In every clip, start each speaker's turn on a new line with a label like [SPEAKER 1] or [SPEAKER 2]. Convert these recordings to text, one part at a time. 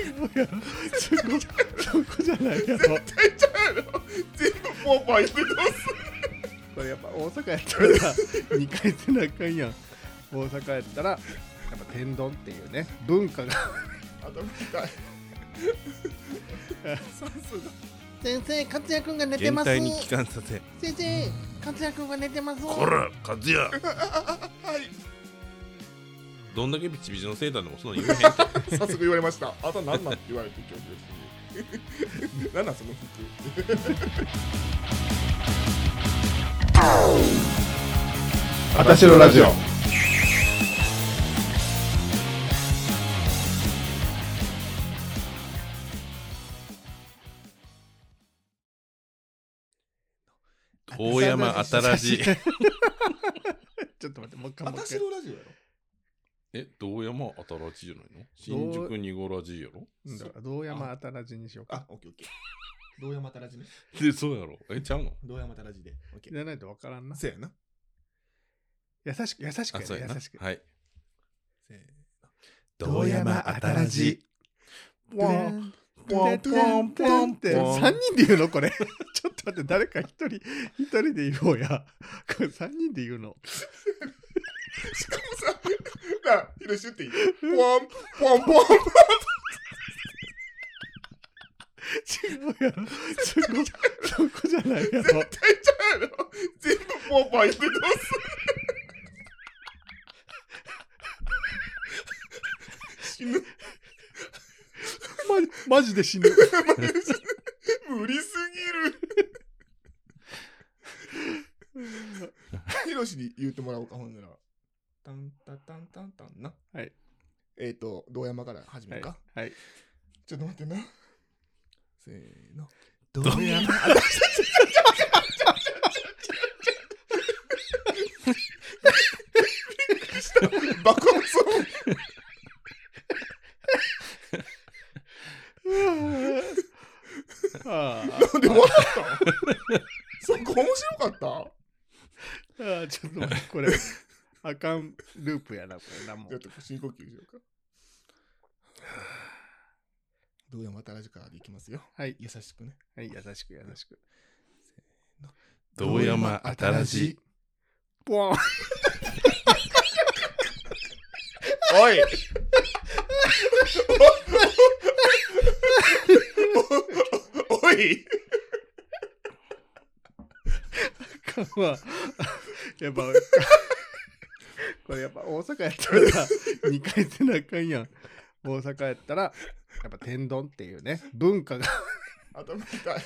[SPEAKER 1] そこそこじゃないやろ
[SPEAKER 2] 絶対ちゃうやろ全部ポーパー言ってどうする
[SPEAKER 1] これやっぱ大阪やったら2回せなあかんやん大阪やったらやっぱ天丼っていうね文化が
[SPEAKER 2] 頭痛い酸素が
[SPEAKER 1] 先生勝也くんが寝て
[SPEAKER 3] 全
[SPEAKER 1] ます
[SPEAKER 3] 体に帰還させ
[SPEAKER 1] 先生勝也くんが寝てます
[SPEAKER 3] こら和也
[SPEAKER 2] はい
[SPEAKER 3] どんだけビチビチのセーターでもそんなの言うへんって
[SPEAKER 2] 早速言われましたあと何なんって言われて今日別に何なんその服私のラジオ
[SPEAKER 3] 大山新しい
[SPEAKER 1] ちょっと待ってもう一回もう
[SPEAKER 2] 私
[SPEAKER 1] 一
[SPEAKER 2] のラジオやろ
[SPEAKER 3] え道山新しいじゃないの新宿にごらじいやろ
[SPEAKER 1] 回だから道山新しにしようか
[SPEAKER 2] あオッケーオッケーどうやまたらじね
[SPEAKER 3] でそうやろえちゃうの
[SPEAKER 2] どうやまたらじでオッケ
[SPEAKER 1] じ
[SPEAKER 2] ー
[SPEAKER 1] ゃないとわからんな
[SPEAKER 2] せやな
[SPEAKER 1] 優しく優しく
[SPEAKER 3] あ
[SPEAKER 1] や
[SPEAKER 3] そう
[SPEAKER 1] ね
[SPEAKER 3] やな
[SPEAKER 1] 優しく
[SPEAKER 3] はい
[SPEAKER 2] せー
[SPEAKER 1] 道山新し
[SPEAKER 3] わーポンポンポン
[SPEAKER 1] って
[SPEAKER 3] ポン
[SPEAKER 1] 3人で言うのこれ ちょっと待って誰か1人1人で言おうやこれ3人で言うの
[SPEAKER 2] しかもさ、なあ、ヒロシュっていいポン、ポン、ポン、ポン、
[SPEAKER 1] 違うやろそこそこじゃないやろ
[SPEAKER 2] 絶対ちゃうやろ全部ポンポン言ってどうする死ぬ
[SPEAKER 1] まマジで死ぬ
[SPEAKER 2] 無理すぎるヒロシに言ってもらおうか、ほんなら。タンタタンタンタンな。
[SPEAKER 1] はい。
[SPEAKER 2] えっ、ー、と、道山から始
[SPEAKER 1] は
[SPEAKER 2] め
[SPEAKER 1] い
[SPEAKER 2] るか。
[SPEAKER 1] はい
[SPEAKER 2] ちょっと待ってな。せーの。
[SPEAKER 3] どうや
[SPEAKER 2] 爆発音
[SPEAKER 1] あー
[SPEAKER 2] なんで笑ったのそこ面白かっ
[SPEAKER 1] あーちょっと待ってこれあかんループやなこれなも
[SPEAKER 2] たちょっ
[SPEAKER 1] う
[SPEAKER 2] と深呼吸しようか。どうやまたラジカでいきますよ。
[SPEAKER 1] はい
[SPEAKER 2] 優しくね。
[SPEAKER 1] はい優しく優しく
[SPEAKER 3] 道山新しい
[SPEAKER 1] ポン
[SPEAKER 2] おいおい
[SPEAKER 1] かんわやっぱ これやっぱ大阪やったら2回 せなあかんやん大阪やったらやっぱ天丼っていうね文 化が
[SPEAKER 2] 頭痛い。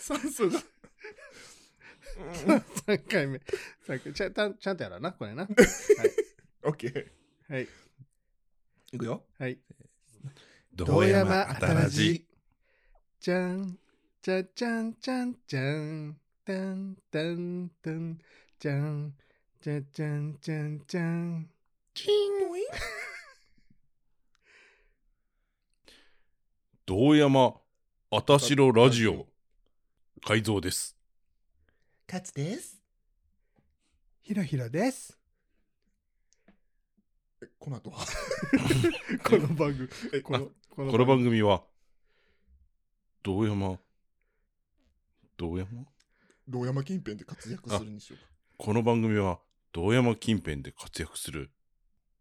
[SPEAKER 2] 酸素が。
[SPEAKER 1] 3回目三回ちゃんたんちゃんとやらなこれな
[SPEAKER 2] オッケー。
[SPEAKER 1] はい
[SPEAKER 2] いくよ。
[SPEAKER 1] はい
[SPEAKER 3] 道山新しい
[SPEAKER 1] じゃんじゃじゃんじゃんじゃんたんたんたんじゃんじゃじゃんじゃんじゃん
[SPEAKER 2] キングイン
[SPEAKER 3] 道山あたしろラジオ改造です
[SPEAKER 2] 勝つです。
[SPEAKER 1] ひろひろです
[SPEAKER 2] この後は。
[SPEAKER 1] この番組
[SPEAKER 2] え
[SPEAKER 1] このこ
[SPEAKER 3] この番組は道山道山
[SPEAKER 2] 道山近辺で活躍するにしようか。
[SPEAKER 3] この番組は道山近辺で活躍する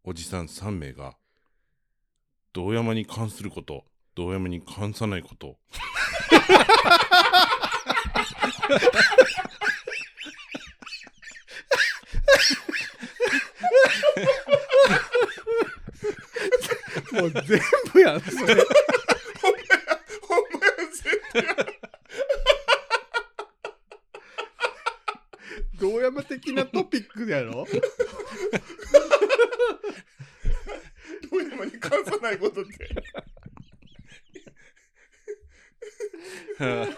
[SPEAKER 3] おじさん3名が道山に関すること道山に関さないこと
[SPEAKER 1] もう全部やんそれ
[SPEAKER 2] ほんまや絶対
[SPEAKER 1] 道山的なトピックやろ
[SPEAKER 2] 道山に関さないことって。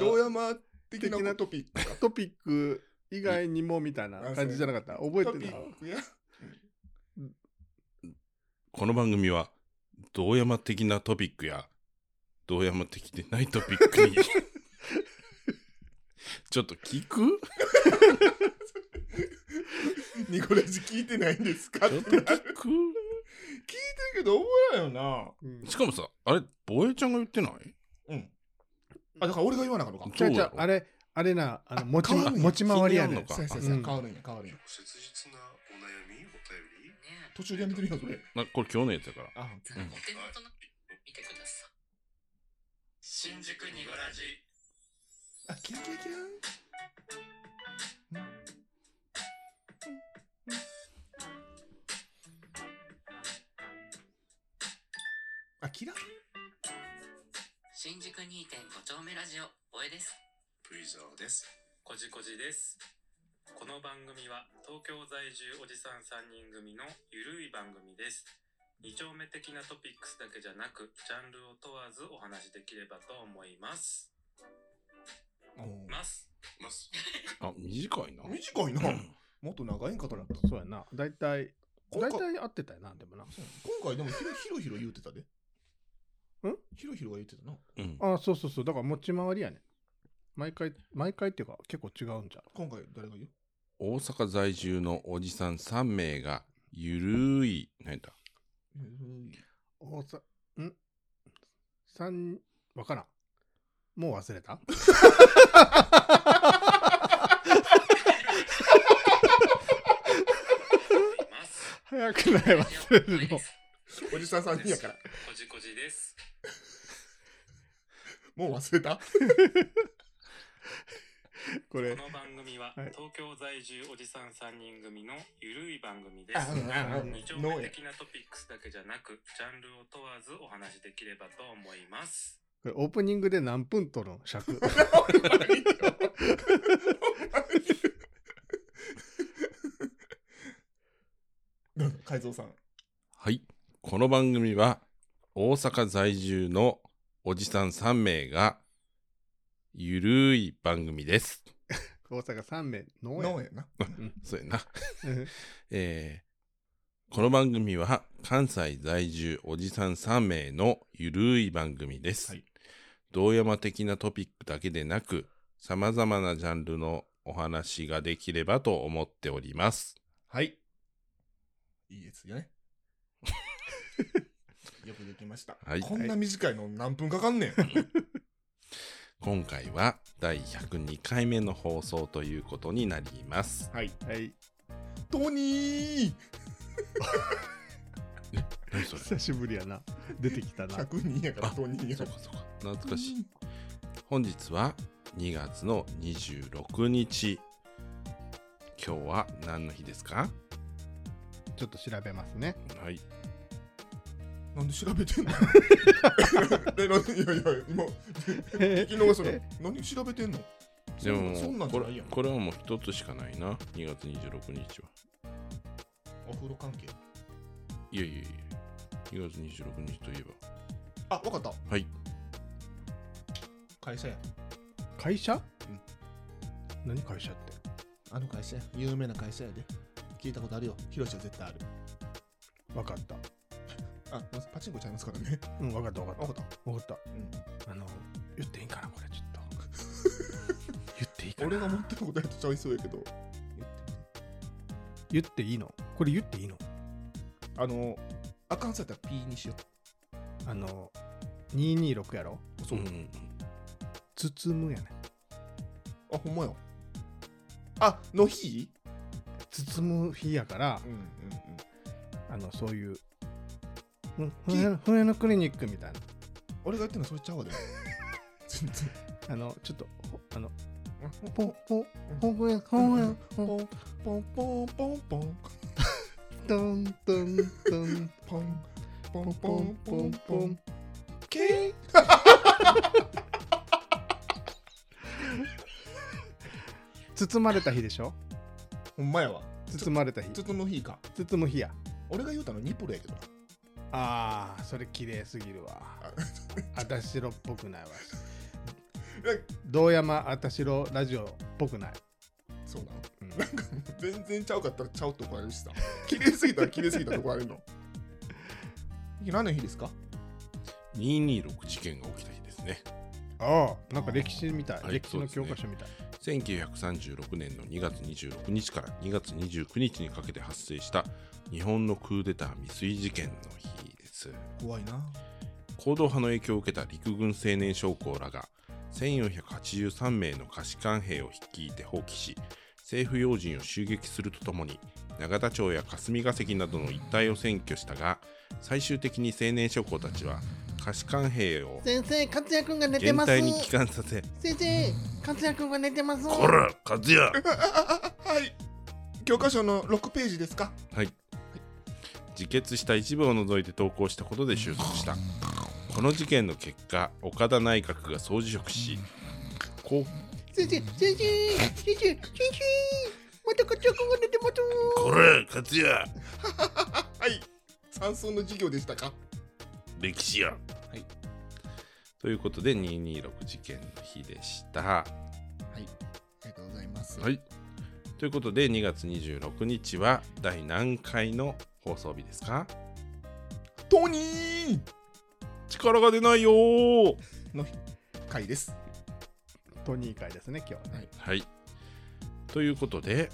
[SPEAKER 2] 道山的
[SPEAKER 1] 的な
[SPEAKER 2] なトピック
[SPEAKER 1] トピック以外にもみたいな感じじゃなかった覚え
[SPEAKER 2] ト
[SPEAKER 1] て
[SPEAKER 2] ピ
[SPEAKER 1] る
[SPEAKER 2] ックや。
[SPEAKER 3] この番組は道山的なトピックや道山的でないトピックに ちょっと聞く
[SPEAKER 2] ニコラジ聞いてないんですか
[SPEAKER 3] ち
[SPEAKER 2] って
[SPEAKER 3] ょっ
[SPEAKER 2] な
[SPEAKER 3] と
[SPEAKER 2] る。聞いてる
[SPEAKER 3] 聞く
[SPEAKER 2] けけど覚えられんよ
[SPEAKER 1] うん
[SPEAKER 3] しかもさ、あれ、ボエちゃんが言ってない
[SPEAKER 2] な。うん。あ、だから俺が言わなあかったのか。
[SPEAKER 1] じゃあじゃあ
[SPEAKER 3] そうよ
[SPEAKER 1] あれあれなあの持ち
[SPEAKER 2] 変わるんや
[SPEAKER 1] 持ち回りやねん
[SPEAKER 3] そ
[SPEAKER 2] そう
[SPEAKER 3] う
[SPEAKER 2] そ
[SPEAKER 3] そ
[SPEAKER 1] う
[SPEAKER 3] う
[SPEAKER 2] そ
[SPEAKER 1] そうう、
[SPEAKER 2] 変わるんや、変わるんや。
[SPEAKER 4] 切実なお悩み、お便りね
[SPEAKER 2] 途中でやめてるよ、それ。
[SPEAKER 3] なこれ今日のやつやから。
[SPEAKER 2] あ、
[SPEAKER 4] えお手元の見てください。新宿にごラジ。
[SPEAKER 2] あ、キラキラキラン。あ、キラン
[SPEAKER 4] 新宿2.5丁目ラジオ、おえです。
[SPEAKER 5] プイザーです。こじこじです。この番組は東京在住おじさん3人組のゆるい番組です。二丁目的なトピックスだけじゃなく、ジャンルを問わずお話しできればと思います。
[SPEAKER 2] おー
[SPEAKER 5] ます。ます。
[SPEAKER 3] あ、短いな。
[SPEAKER 2] 短いな。もっと長いんかとなった。
[SPEAKER 1] そうやな大体
[SPEAKER 2] 今
[SPEAKER 1] 大
[SPEAKER 2] 回、
[SPEAKER 1] 体合ってたよなでもな
[SPEAKER 2] 今回でもひろひろひろ言うてたで。んひろひろが言ってたな。
[SPEAKER 3] うん。
[SPEAKER 1] あそうそうそうだから持ち回りやねん毎回毎回っていうか結構違うんじゃん
[SPEAKER 2] 今回誰が言う
[SPEAKER 3] 大阪在住のおじさん3名が、ゆるい、何だ
[SPEAKER 2] えー
[SPEAKER 1] 大阪ん三わからんもう忘れた
[SPEAKER 5] ます。
[SPEAKER 1] 早くない忘れるの
[SPEAKER 2] おじさん3人やから。
[SPEAKER 5] こじこじです。
[SPEAKER 2] もう忘れた
[SPEAKER 1] こ
[SPEAKER 5] こ
[SPEAKER 1] れ
[SPEAKER 5] の番組は
[SPEAKER 1] はい
[SPEAKER 5] 東京在住おじさん3人組のゆるい番組で
[SPEAKER 2] あ
[SPEAKER 5] す。
[SPEAKER 2] ああ
[SPEAKER 5] 二丁
[SPEAKER 2] ノー
[SPEAKER 5] 目
[SPEAKER 2] や
[SPEAKER 5] 的なトピックスだけじゃなく、ジャンルを問わずお話しできればと思います。
[SPEAKER 1] これオープニングで何分取るの尺
[SPEAKER 2] どうぞ、海蔵さん。
[SPEAKER 3] はい。この番組は、大阪在住のおじさん3名が、ゆるい番組です。
[SPEAKER 1] 大阪三名の
[SPEAKER 2] ノーやな。
[SPEAKER 3] そうやな。 えーこの番組は関西在住おじさん3名のゆるい番組です。
[SPEAKER 2] はい
[SPEAKER 3] 同山的なトピックだけでなく、様々なジャンルのお話ができればと思っております。
[SPEAKER 2] はい。いいですよね。 よくできました。
[SPEAKER 3] はい
[SPEAKER 2] こんな短いの何分かかんねん。
[SPEAKER 3] 今回は第102回目の放送ということになります。
[SPEAKER 1] はいはい
[SPEAKER 2] トニー
[SPEAKER 3] 何それ
[SPEAKER 1] 久しぶりやな出てきた な
[SPEAKER 2] !100 人やから
[SPEAKER 3] あ
[SPEAKER 2] トニーや
[SPEAKER 3] そ
[SPEAKER 2] か
[SPEAKER 3] う
[SPEAKER 2] ら
[SPEAKER 3] か。そうか。懐かしい。本日は2月の26日。今日は何の日ですか
[SPEAKER 1] ちょっと調べますね
[SPEAKER 3] はい。
[SPEAKER 2] なんで調べ てんのえなんでいやいや、今、聞き逃したの。何調べてんの
[SPEAKER 3] でも
[SPEAKER 2] そんなそんなんじ
[SPEAKER 3] こ
[SPEAKER 2] ゃない
[SPEAKER 3] れ
[SPEAKER 2] やん。
[SPEAKER 3] これはもう一つしかないな2月26日は
[SPEAKER 2] お風呂関係。
[SPEAKER 3] いやいやいや2月26日といえ
[SPEAKER 2] あ、わかった。
[SPEAKER 3] ばはい
[SPEAKER 2] 会社や。
[SPEAKER 1] 会社、何会社って
[SPEAKER 2] あの会社や。有名な会社やで。聞いたことあるよ。広ロは絶対ある。
[SPEAKER 1] わかった
[SPEAKER 2] あ、パチンコちゃいますからね。
[SPEAKER 1] うんわかったわかった
[SPEAKER 2] わかった。
[SPEAKER 1] わかっ
[SPEAKER 2] うん
[SPEAKER 1] たあの言っていいかなこれちょっと 言っていいかな
[SPEAKER 2] 俺が持ってることやとちゃいそうやけど。
[SPEAKER 1] 言っていいのこれ言っていいの
[SPEAKER 2] あの、アカウントやったら P にしよ
[SPEAKER 1] あの226やろ
[SPEAKER 2] う。そう。
[SPEAKER 3] ん、
[SPEAKER 1] 包むやね
[SPEAKER 2] あ、ほんまや。あ、の日
[SPEAKER 1] 包む日やから
[SPEAKER 2] うんうんうん。
[SPEAKER 1] あのそういうふふんやふんやのクリニックみたいな
[SPEAKER 2] 俺が言ってんのそれちゃうわで。全然。
[SPEAKER 1] あのちょっとほあの
[SPEAKER 2] ポ
[SPEAKER 1] ポ
[SPEAKER 2] ン
[SPEAKER 1] ンポンポンポンポンポ
[SPEAKER 2] ポ
[SPEAKER 1] ン
[SPEAKER 2] ンポンポンポンポン
[SPEAKER 1] トントントン
[SPEAKER 2] ポンポン
[SPEAKER 1] ポ
[SPEAKER 2] ポン
[SPEAKER 1] ン
[SPEAKER 2] ポ
[SPEAKER 1] ポン
[SPEAKER 2] ン
[SPEAKER 1] ポ
[SPEAKER 2] ポン
[SPEAKER 1] ン
[SPEAKER 2] ケイ
[SPEAKER 1] 包まれた日でしょ
[SPEAKER 2] ほんまやわ。
[SPEAKER 1] 包まれた日
[SPEAKER 2] ちょっとの日か。
[SPEAKER 1] 包む日や
[SPEAKER 2] 俺が言うたのニプロやけどな。
[SPEAKER 1] あーそれ綺麗すぎるわあたしろっぽくないわ堂山あたしろラジオっぽくない、
[SPEAKER 2] そうなの
[SPEAKER 1] うん
[SPEAKER 2] 全然ちゃうかったらちゃうって怒られるしさ。綺麗すぎたら綺麗すぎたって怒られるの。何の日ですか
[SPEAKER 3] 226事件が起きた日ですね
[SPEAKER 1] ああなんか歴史みたい、
[SPEAKER 3] はい
[SPEAKER 1] 歴史の
[SPEAKER 3] そう
[SPEAKER 1] 教
[SPEAKER 3] ですね
[SPEAKER 1] 科書みたい、
[SPEAKER 3] 1936年の2月26日から2月29日にかけて発生した日本のクーデター未遂事件の日ですです
[SPEAKER 2] 怖いな。
[SPEAKER 3] 行動派の影響を受けた陸軍青年将校らが1483名の下士官兵を率いて放棄し政府要人を襲撃するとともに永田町や霞が関などの一帯を占拠したが最終的に青年将校たちは下士官兵を
[SPEAKER 1] 先生、勝也くんが寝て
[SPEAKER 3] 減
[SPEAKER 1] ます。
[SPEAKER 3] 退に帰還させ
[SPEAKER 1] 先生、勝也くんが寝てます。
[SPEAKER 3] 「こら和也!」
[SPEAKER 2] はい。教科書の6ページですか
[SPEAKER 3] はい、自決した一部を除いて投稿したことで収束したこの事件の結果岡田内閣が総辞職しこ
[SPEAKER 1] 先生、先生、先生、先生。また勝也くんが寝てます。
[SPEAKER 3] これ勝也
[SPEAKER 2] はい。算数の授業でしたか
[SPEAKER 3] 歴史や、はい、ということで226事件の日でした
[SPEAKER 2] ありがとうございます。
[SPEAKER 3] はいということで2月26日は第何回の放送日ですか
[SPEAKER 2] トニー
[SPEAKER 3] 力が出ないよー
[SPEAKER 2] の回です。
[SPEAKER 1] トニー会ですね、今日はね。
[SPEAKER 3] はいということで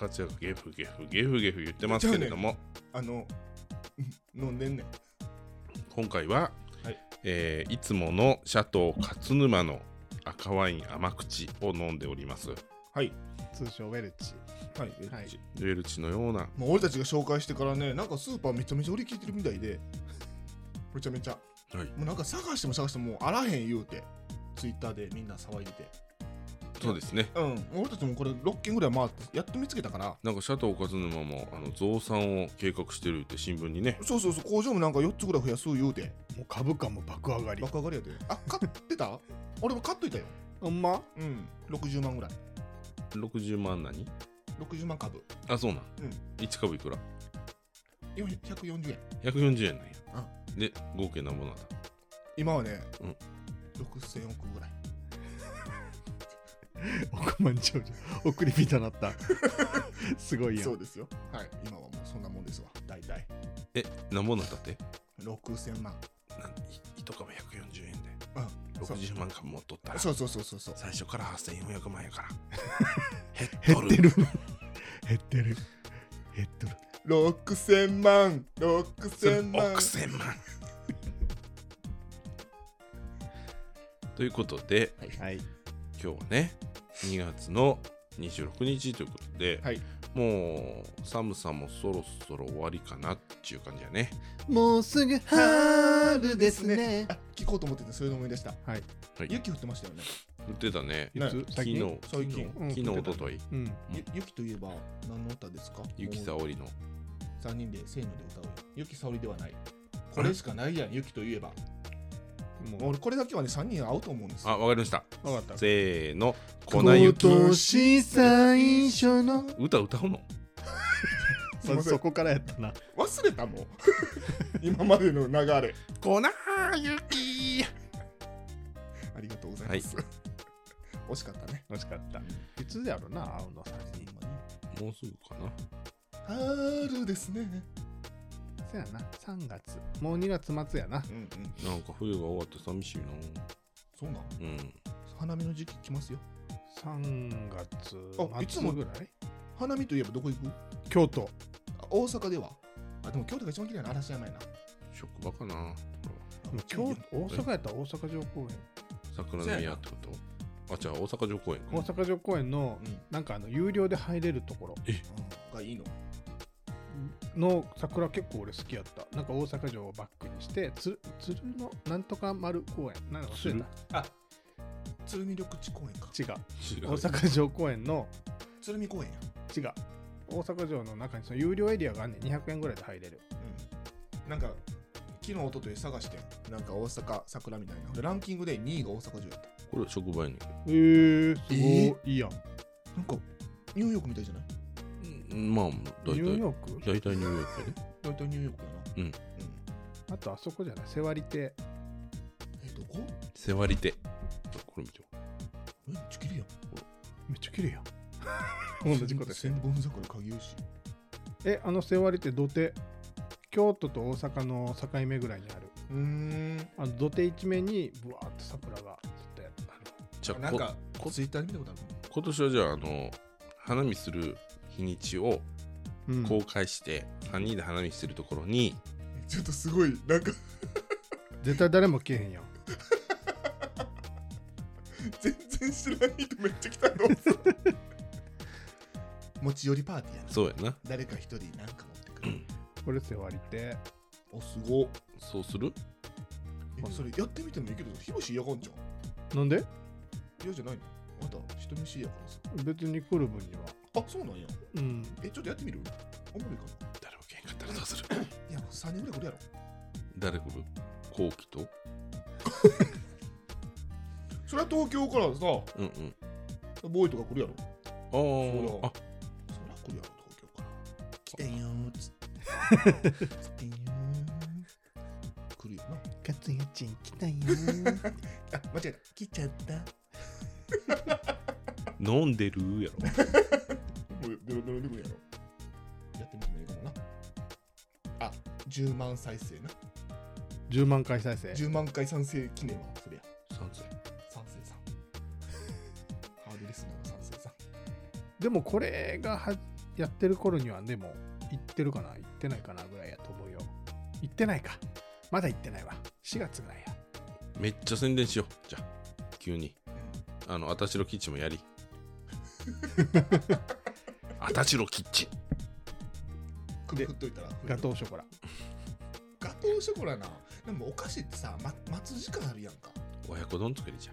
[SPEAKER 3] 勝也がゲフゲフゲフゲフ言ってますけれども、
[SPEAKER 2] あの、 うん飲んでんねん。
[SPEAKER 3] 今回は、
[SPEAKER 2] はい
[SPEAKER 3] えーいつものシャトー勝沼の赤ワイン甘口を飲んでおります。ウ
[SPEAKER 2] はい。
[SPEAKER 1] 通称ウェルチ。
[SPEAKER 2] はい。
[SPEAKER 1] はい
[SPEAKER 3] ェルチのような、
[SPEAKER 2] もう俺たちが紹介してからね、なんかスーパーめちゃめちゃ売り切ってるみたいで、 めちゃめちゃ。もうなんか探しても探してもあらへん言うて、ツイッターでみんな騒いでて。
[SPEAKER 3] そうですね。
[SPEAKER 2] うん。俺たちもこれ6軒ぐらい回って、やっと見つけたから、
[SPEAKER 3] なんかシャトー勝沼もあの増産を計画してるって新聞にね、
[SPEAKER 2] そうそうそう、工場もなんか4つぐらい増やす言うて、
[SPEAKER 1] もう株価も爆上がり。
[SPEAKER 2] 爆上がりやで。あ、買ってた 俺も買っといたよ。
[SPEAKER 1] ほんま
[SPEAKER 2] うん。60万ぐらい。
[SPEAKER 3] 60万何
[SPEAKER 2] 60万株。
[SPEAKER 3] あ、そうなん。
[SPEAKER 2] うん
[SPEAKER 3] 1株いくら
[SPEAKER 2] 440円。
[SPEAKER 3] ?140 円なんや
[SPEAKER 2] あ。
[SPEAKER 3] で、合計なんぼなんだ。
[SPEAKER 2] 今はね、
[SPEAKER 3] うん
[SPEAKER 2] 6000億ぐらい。
[SPEAKER 1] 億万長者。送り人な った。すごいや。
[SPEAKER 2] そうんですよ。はい。今はもうそんなもんですわ。大体。
[SPEAKER 3] え、なんぼなんだって
[SPEAKER 2] 6000万。
[SPEAKER 3] なんい ?1 株140円で。
[SPEAKER 2] うん。そう
[SPEAKER 3] 60万株持っとったら、
[SPEAKER 2] そうそうそうそうそう。
[SPEAKER 3] 最初から8400万や から。
[SPEAKER 1] 減ってる。減ってる。減っとる。
[SPEAKER 2] 6000万6000万
[SPEAKER 3] 億千万 ということで
[SPEAKER 1] はい。
[SPEAKER 3] 今日はね2月の26日ということで、
[SPEAKER 2] はい
[SPEAKER 3] もう寒さもそろそろ終わりかなっていう感じやね
[SPEAKER 1] もうすぐ春ですね。
[SPEAKER 2] あ聞こうと思っててそれで思い出した、
[SPEAKER 1] はい
[SPEAKER 3] はい
[SPEAKER 2] 雪降ってましたよね
[SPEAKER 3] 言ってたね
[SPEAKER 2] ね
[SPEAKER 1] いつ
[SPEAKER 3] 昨日
[SPEAKER 2] 最近
[SPEAKER 1] うん
[SPEAKER 3] 昨日おととい
[SPEAKER 1] うん。
[SPEAKER 2] ゆ雪といえば何の歌ですか
[SPEAKER 3] 雪沙
[SPEAKER 2] も
[SPEAKER 3] 織の
[SPEAKER 2] う三人でせーので歌うよ雪沙織ではないこれしかないやん雪といえば
[SPEAKER 1] も
[SPEAKER 2] 俺これだけはね三人合うと思うんです
[SPEAKER 3] あ
[SPEAKER 2] よ
[SPEAKER 3] わかりました
[SPEAKER 1] う、わかった。
[SPEAKER 3] せーの粉
[SPEAKER 1] 今
[SPEAKER 3] 雪
[SPEAKER 1] 年最初の。
[SPEAKER 3] 歌歌うの
[SPEAKER 2] すいません
[SPEAKER 1] そこからやったな。
[SPEAKER 2] 忘れたもん 今までの流れ
[SPEAKER 3] 粉雪
[SPEAKER 2] ありがとうございます、惜しかったね
[SPEAKER 1] 惜しかった。いつやろな、青の3人。
[SPEAKER 3] もうすぐかな
[SPEAKER 2] 春ですね
[SPEAKER 1] そやな、3月。もう2月末やな。
[SPEAKER 2] うんうん
[SPEAKER 3] なんか冬が終わって寂しいな
[SPEAKER 2] そうなん
[SPEAKER 3] うん
[SPEAKER 2] 花見の時期来ますよ
[SPEAKER 1] 3月
[SPEAKER 2] あいつ
[SPEAKER 1] 末
[SPEAKER 2] も
[SPEAKER 1] ぐらい
[SPEAKER 2] 花見といえばどこ行く
[SPEAKER 1] 京都。
[SPEAKER 2] あ大阪ではあでも京都が一番綺麗な嵐山やな
[SPEAKER 3] 職場かなこれは
[SPEAKER 1] でも京都、大阪やったら大阪城公
[SPEAKER 3] 桜の宮ってことあ、じゃあ大阪城公園
[SPEAKER 1] 園。大
[SPEAKER 3] か。
[SPEAKER 1] 阪城公園の
[SPEAKER 2] うん、
[SPEAKER 1] なんかあの、有料で入れるところ
[SPEAKER 2] がいいの
[SPEAKER 1] の桜結構俺好きやった。なんか大阪城をバックにして、つ鶴のなんとか丸公園。なんか忘れた。
[SPEAKER 2] 鶴見緑地公園か
[SPEAKER 1] 違う。
[SPEAKER 3] 違う
[SPEAKER 1] 大阪城公園の
[SPEAKER 2] 鶴見公園や、
[SPEAKER 1] 違う大阪城の中にその有料エリアがあんねん200円ぐらいで入れる
[SPEAKER 2] うん、なんか昨日おととい探してんなんか大阪桜みたいなでランキングで2位が大阪城やった
[SPEAKER 3] これ職場やねんけど
[SPEAKER 1] えー、すごい、
[SPEAKER 2] え
[SPEAKER 1] いいやん
[SPEAKER 2] なんかニューヨークみたいじゃない
[SPEAKER 3] うんまあ、大
[SPEAKER 1] ニュー
[SPEAKER 3] 体、
[SPEAKER 1] ヨーク
[SPEAKER 3] 大体ニューヨークやね。
[SPEAKER 2] 大体ニューヨークやな
[SPEAKER 3] うん
[SPEAKER 2] うん
[SPEAKER 1] あとあそこじゃない瀬割り亭
[SPEAKER 2] えどこ
[SPEAKER 3] 背割り手。これ見てよ
[SPEAKER 2] えめっちゃ綺麗やん
[SPEAKER 1] めっちゃ綺麗や ん同じことして
[SPEAKER 2] 千本桜影吉
[SPEAKER 1] えあの瀬割り亭土手京都と大阪の境目ぐらいにある
[SPEAKER 2] うーん
[SPEAKER 1] あの土手一面にブワーっと桜がずっとやってあ
[SPEAKER 3] じゃあ、
[SPEAKER 2] なんか
[SPEAKER 3] こ
[SPEAKER 2] ツイッターで見たことある
[SPEAKER 3] こ今年はじゃあ、あの、花見する日にちを
[SPEAKER 1] る、うん
[SPEAKER 3] 公開して、3人で花見してるところに、
[SPEAKER 2] めっちょっとすごいなんか
[SPEAKER 1] 絶対誰も来えへんよ
[SPEAKER 2] 全然知らない人めっちゃ来たの 持ち寄りパーティーやな
[SPEAKER 3] そうやな
[SPEAKER 2] 誰か一人なんか持ってくる
[SPEAKER 1] これですよ割りて
[SPEAKER 2] おすごっ
[SPEAKER 3] そうする
[SPEAKER 2] えそれやってみてもいいけどヒロシ嫌がんじゃん
[SPEAKER 1] なんで
[SPEAKER 2] 嫌じゃないのあなた人見知りやからさ
[SPEAKER 1] 別に来る分には
[SPEAKER 2] あそうなんや
[SPEAKER 1] うん
[SPEAKER 2] えちょっとやってみるおもろいかな
[SPEAKER 3] 誰も来へんかったらどうす る
[SPEAKER 2] いや3人ぐらい来るやろ
[SPEAKER 3] 誰来る後期と
[SPEAKER 2] それは東京からさ
[SPEAKER 3] うんうん
[SPEAKER 2] ボーイとか来るやろ
[SPEAKER 3] あああ
[SPEAKER 2] そら来るやろ東京から来てんよーっつって 来てんよー来るよな
[SPEAKER 1] カツヤチン来たよ
[SPEAKER 2] あ間違えた来ちゃった
[SPEAKER 3] 飲んでるや ろ
[SPEAKER 2] もうベロベロにくんやろやってみてもいいかもなあ10万再生な
[SPEAKER 1] 10万回再生
[SPEAKER 2] 10万回賛成記念はそれや
[SPEAKER 3] 賛成
[SPEAKER 2] 賛成さんハードレスナーの賛成さん
[SPEAKER 1] でもこれがはやってる頃にはでも行ってるかな行ってないかなぐらいやと思うよ行ってないかまだ行ってないわ4月ぐらいや
[SPEAKER 3] めっちゃ宣伝しようじゃあ急にあのあたしろキッチン もやりあたしろキッチン
[SPEAKER 2] 首振っといたら
[SPEAKER 1] ガトーショコラ
[SPEAKER 2] ガトーショコラなでもお菓子ってさ、ま、待つ時間あるやんか
[SPEAKER 3] 親子丼作りじゃ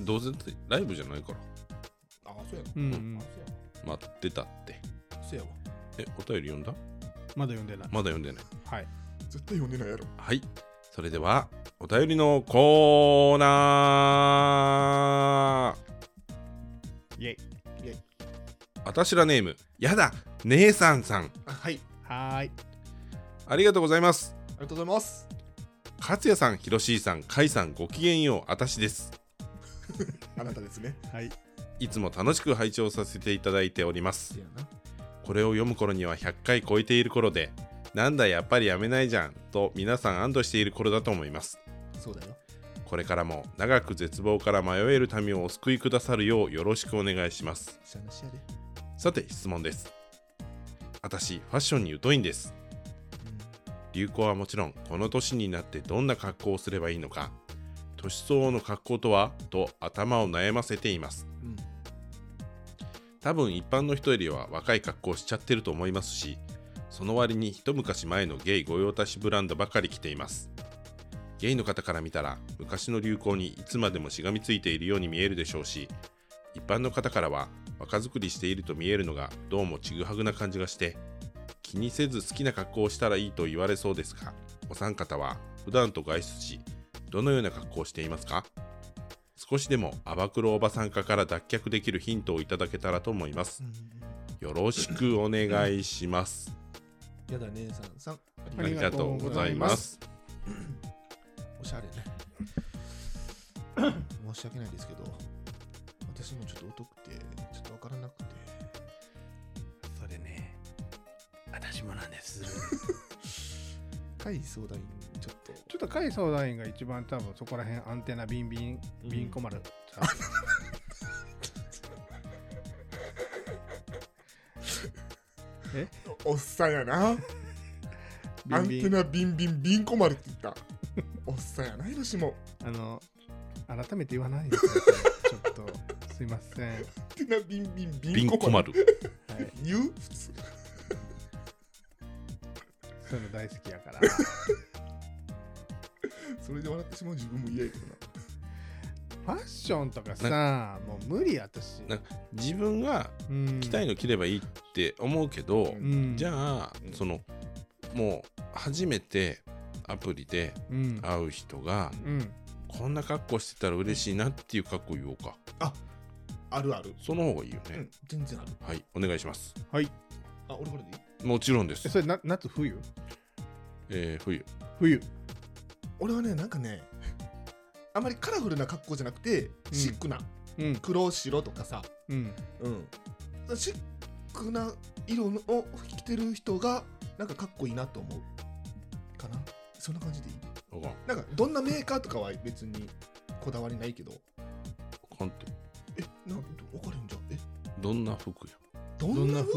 [SPEAKER 3] んどうせライブじゃないから
[SPEAKER 2] あそうやな、
[SPEAKER 1] うん、
[SPEAKER 2] あそうや
[SPEAKER 3] 待ってたって
[SPEAKER 2] わそうやわ
[SPEAKER 3] えお便り読んだ
[SPEAKER 1] まだ読んでない、
[SPEAKER 3] まだ読んでない
[SPEAKER 1] はい
[SPEAKER 2] 絶対読んでないやろ
[SPEAKER 3] はいそれではお便りのコーナ
[SPEAKER 1] イ
[SPEAKER 3] ー
[SPEAKER 1] ェイ
[SPEAKER 3] あたしらネームやだ姉さんさん
[SPEAKER 2] あはい
[SPEAKER 1] はーい
[SPEAKER 3] ありがとうございます
[SPEAKER 2] ありがとうございます
[SPEAKER 3] 勝也さんひろしーさんかいさんごきげんようあたしです
[SPEAKER 2] あなたです ね
[SPEAKER 1] はい
[SPEAKER 3] いつも楽しく拝聴させていただいております
[SPEAKER 2] やな
[SPEAKER 3] これを読む頃には100回超えている頃でなんだやっぱりやめないじゃんと皆さん安堵している頃だと思います
[SPEAKER 2] そうだよ
[SPEAKER 3] これからも長く絶望から迷える民をお救いくださるようよろしくお願いします
[SPEAKER 2] しゃなしやで
[SPEAKER 3] さて質問です私ファッションに疎いんです流行はもちろんこの年になってどんな格好をすればいいのか年相応の格好とはと頭を悩ませています
[SPEAKER 2] うん
[SPEAKER 3] 多分一般の人よりは若い格好をしちゃってると思いますしその割に一昔前のゲイ御用達ブランドばかり着ていますゲイの方から見たら昔の流行にいつまでもしがみついているように見えるでしょうし一般の方からは若作りしていると見えるのがどうもちぐはぐな感じがして気にせず好きな格好をしたらいいと言われそうですがお三方は普段と外出しどのような格好をしていますか少しでもアバクロおばさん化から脱却できるヒントをいただけたらと思いますよろしくお願いします
[SPEAKER 2] やだ姉さんさん
[SPEAKER 3] ありがとうございます
[SPEAKER 2] おしゃれね申し訳ないですけど私もちょっと疎くてちょっとわからなくて
[SPEAKER 1] それね私もなんです
[SPEAKER 2] 甲斐相談員ちょっと
[SPEAKER 1] ちょっと甲斐相談員が一番多分そこら辺アンテナビンビンビンコ丸ちゃう、
[SPEAKER 2] おっさんやなアン
[SPEAKER 1] ビンビ
[SPEAKER 2] テ
[SPEAKER 1] ン
[SPEAKER 2] ナビンビンビンコ丸って言ったおっさんやなヒロシも
[SPEAKER 1] あの改めて言わないでくださいちょっとすいません、はい、
[SPEAKER 2] アンテナビンビンビ
[SPEAKER 3] ビ
[SPEAKER 2] ン
[SPEAKER 3] ン
[SPEAKER 2] コ
[SPEAKER 3] コ
[SPEAKER 2] 丸
[SPEAKER 3] 丸
[SPEAKER 2] 言う普通
[SPEAKER 1] そういうの大好きやから
[SPEAKER 2] それで笑ってしまう自分も嫌やけどな
[SPEAKER 1] ファッションとかさ、もう無理私。
[SPEAKER 3] なん自分が
[SPEAKER 1] うん、
[SPEAKER 3] 着たいの着ればいいって思うけど、
[SPEAKER 1] うん、
[SPEAKER 3] じゃ
[SPEAKER 1] あ、
[SPEAKER 3] あ
[SPEAKER 2] うん
[SPEAKER 3] そのもう初めてアプリで
[SPEAKER 1] うん、
[SPEAKER 3] 会う人が
[SPEAKER 1] うん、
[SPEAKER 3] こんな格好してたら嬉しいなっていう格好言おうか
[SPEAKER 2] あるある
[SPEAKER 3] その方がいいよ
[SPEAKER 2] う
[SPEAKER 3] ね、
[SPEAKER 2] ん全然ある
[SPEAKER 3] はいお願いします
[SPEAKER 1] はい。
[SPEAKER 2] あ俺からでいい
[SPEAKER 3] もちろんで
[SPEAKER 1] え
[SPEAKER 3] す
[SPEAKER 1] それな夏冬？
[SPEAKER 3] えー、冬
[SPEAKER 1] 冬。
[SPEAKER 2] 俺はねなんかねあまりカラフルな格好じゃなく
[SPEAKER 1] う
[SPEAKER 2] て
[SPEAKER 1] ん
[SPEAKER 2] シックな、
[SPEAKER 1] うん、
[SPEAKER 2] 黒白とかさ
[SPEAKER 1] うん、
[SPEAKER 2] うん、シックな色のを着てる人がなんかかっこいいなと思うかなそんな感じでいい
[SPEAKER 3] わかん
[SPEAKER 2] なんかどんなメーカーとかは別にこだわりないけど
[SPEAKER 3] コント
[SPEAKER 2] えなん分かるんじゃんえ
[SPEAKER 3] どんな服や
[SPEAKER 2] どん
[SPEAKER 1] どんな
[SPEAKER 2] な服
[SPEAKER 1] 服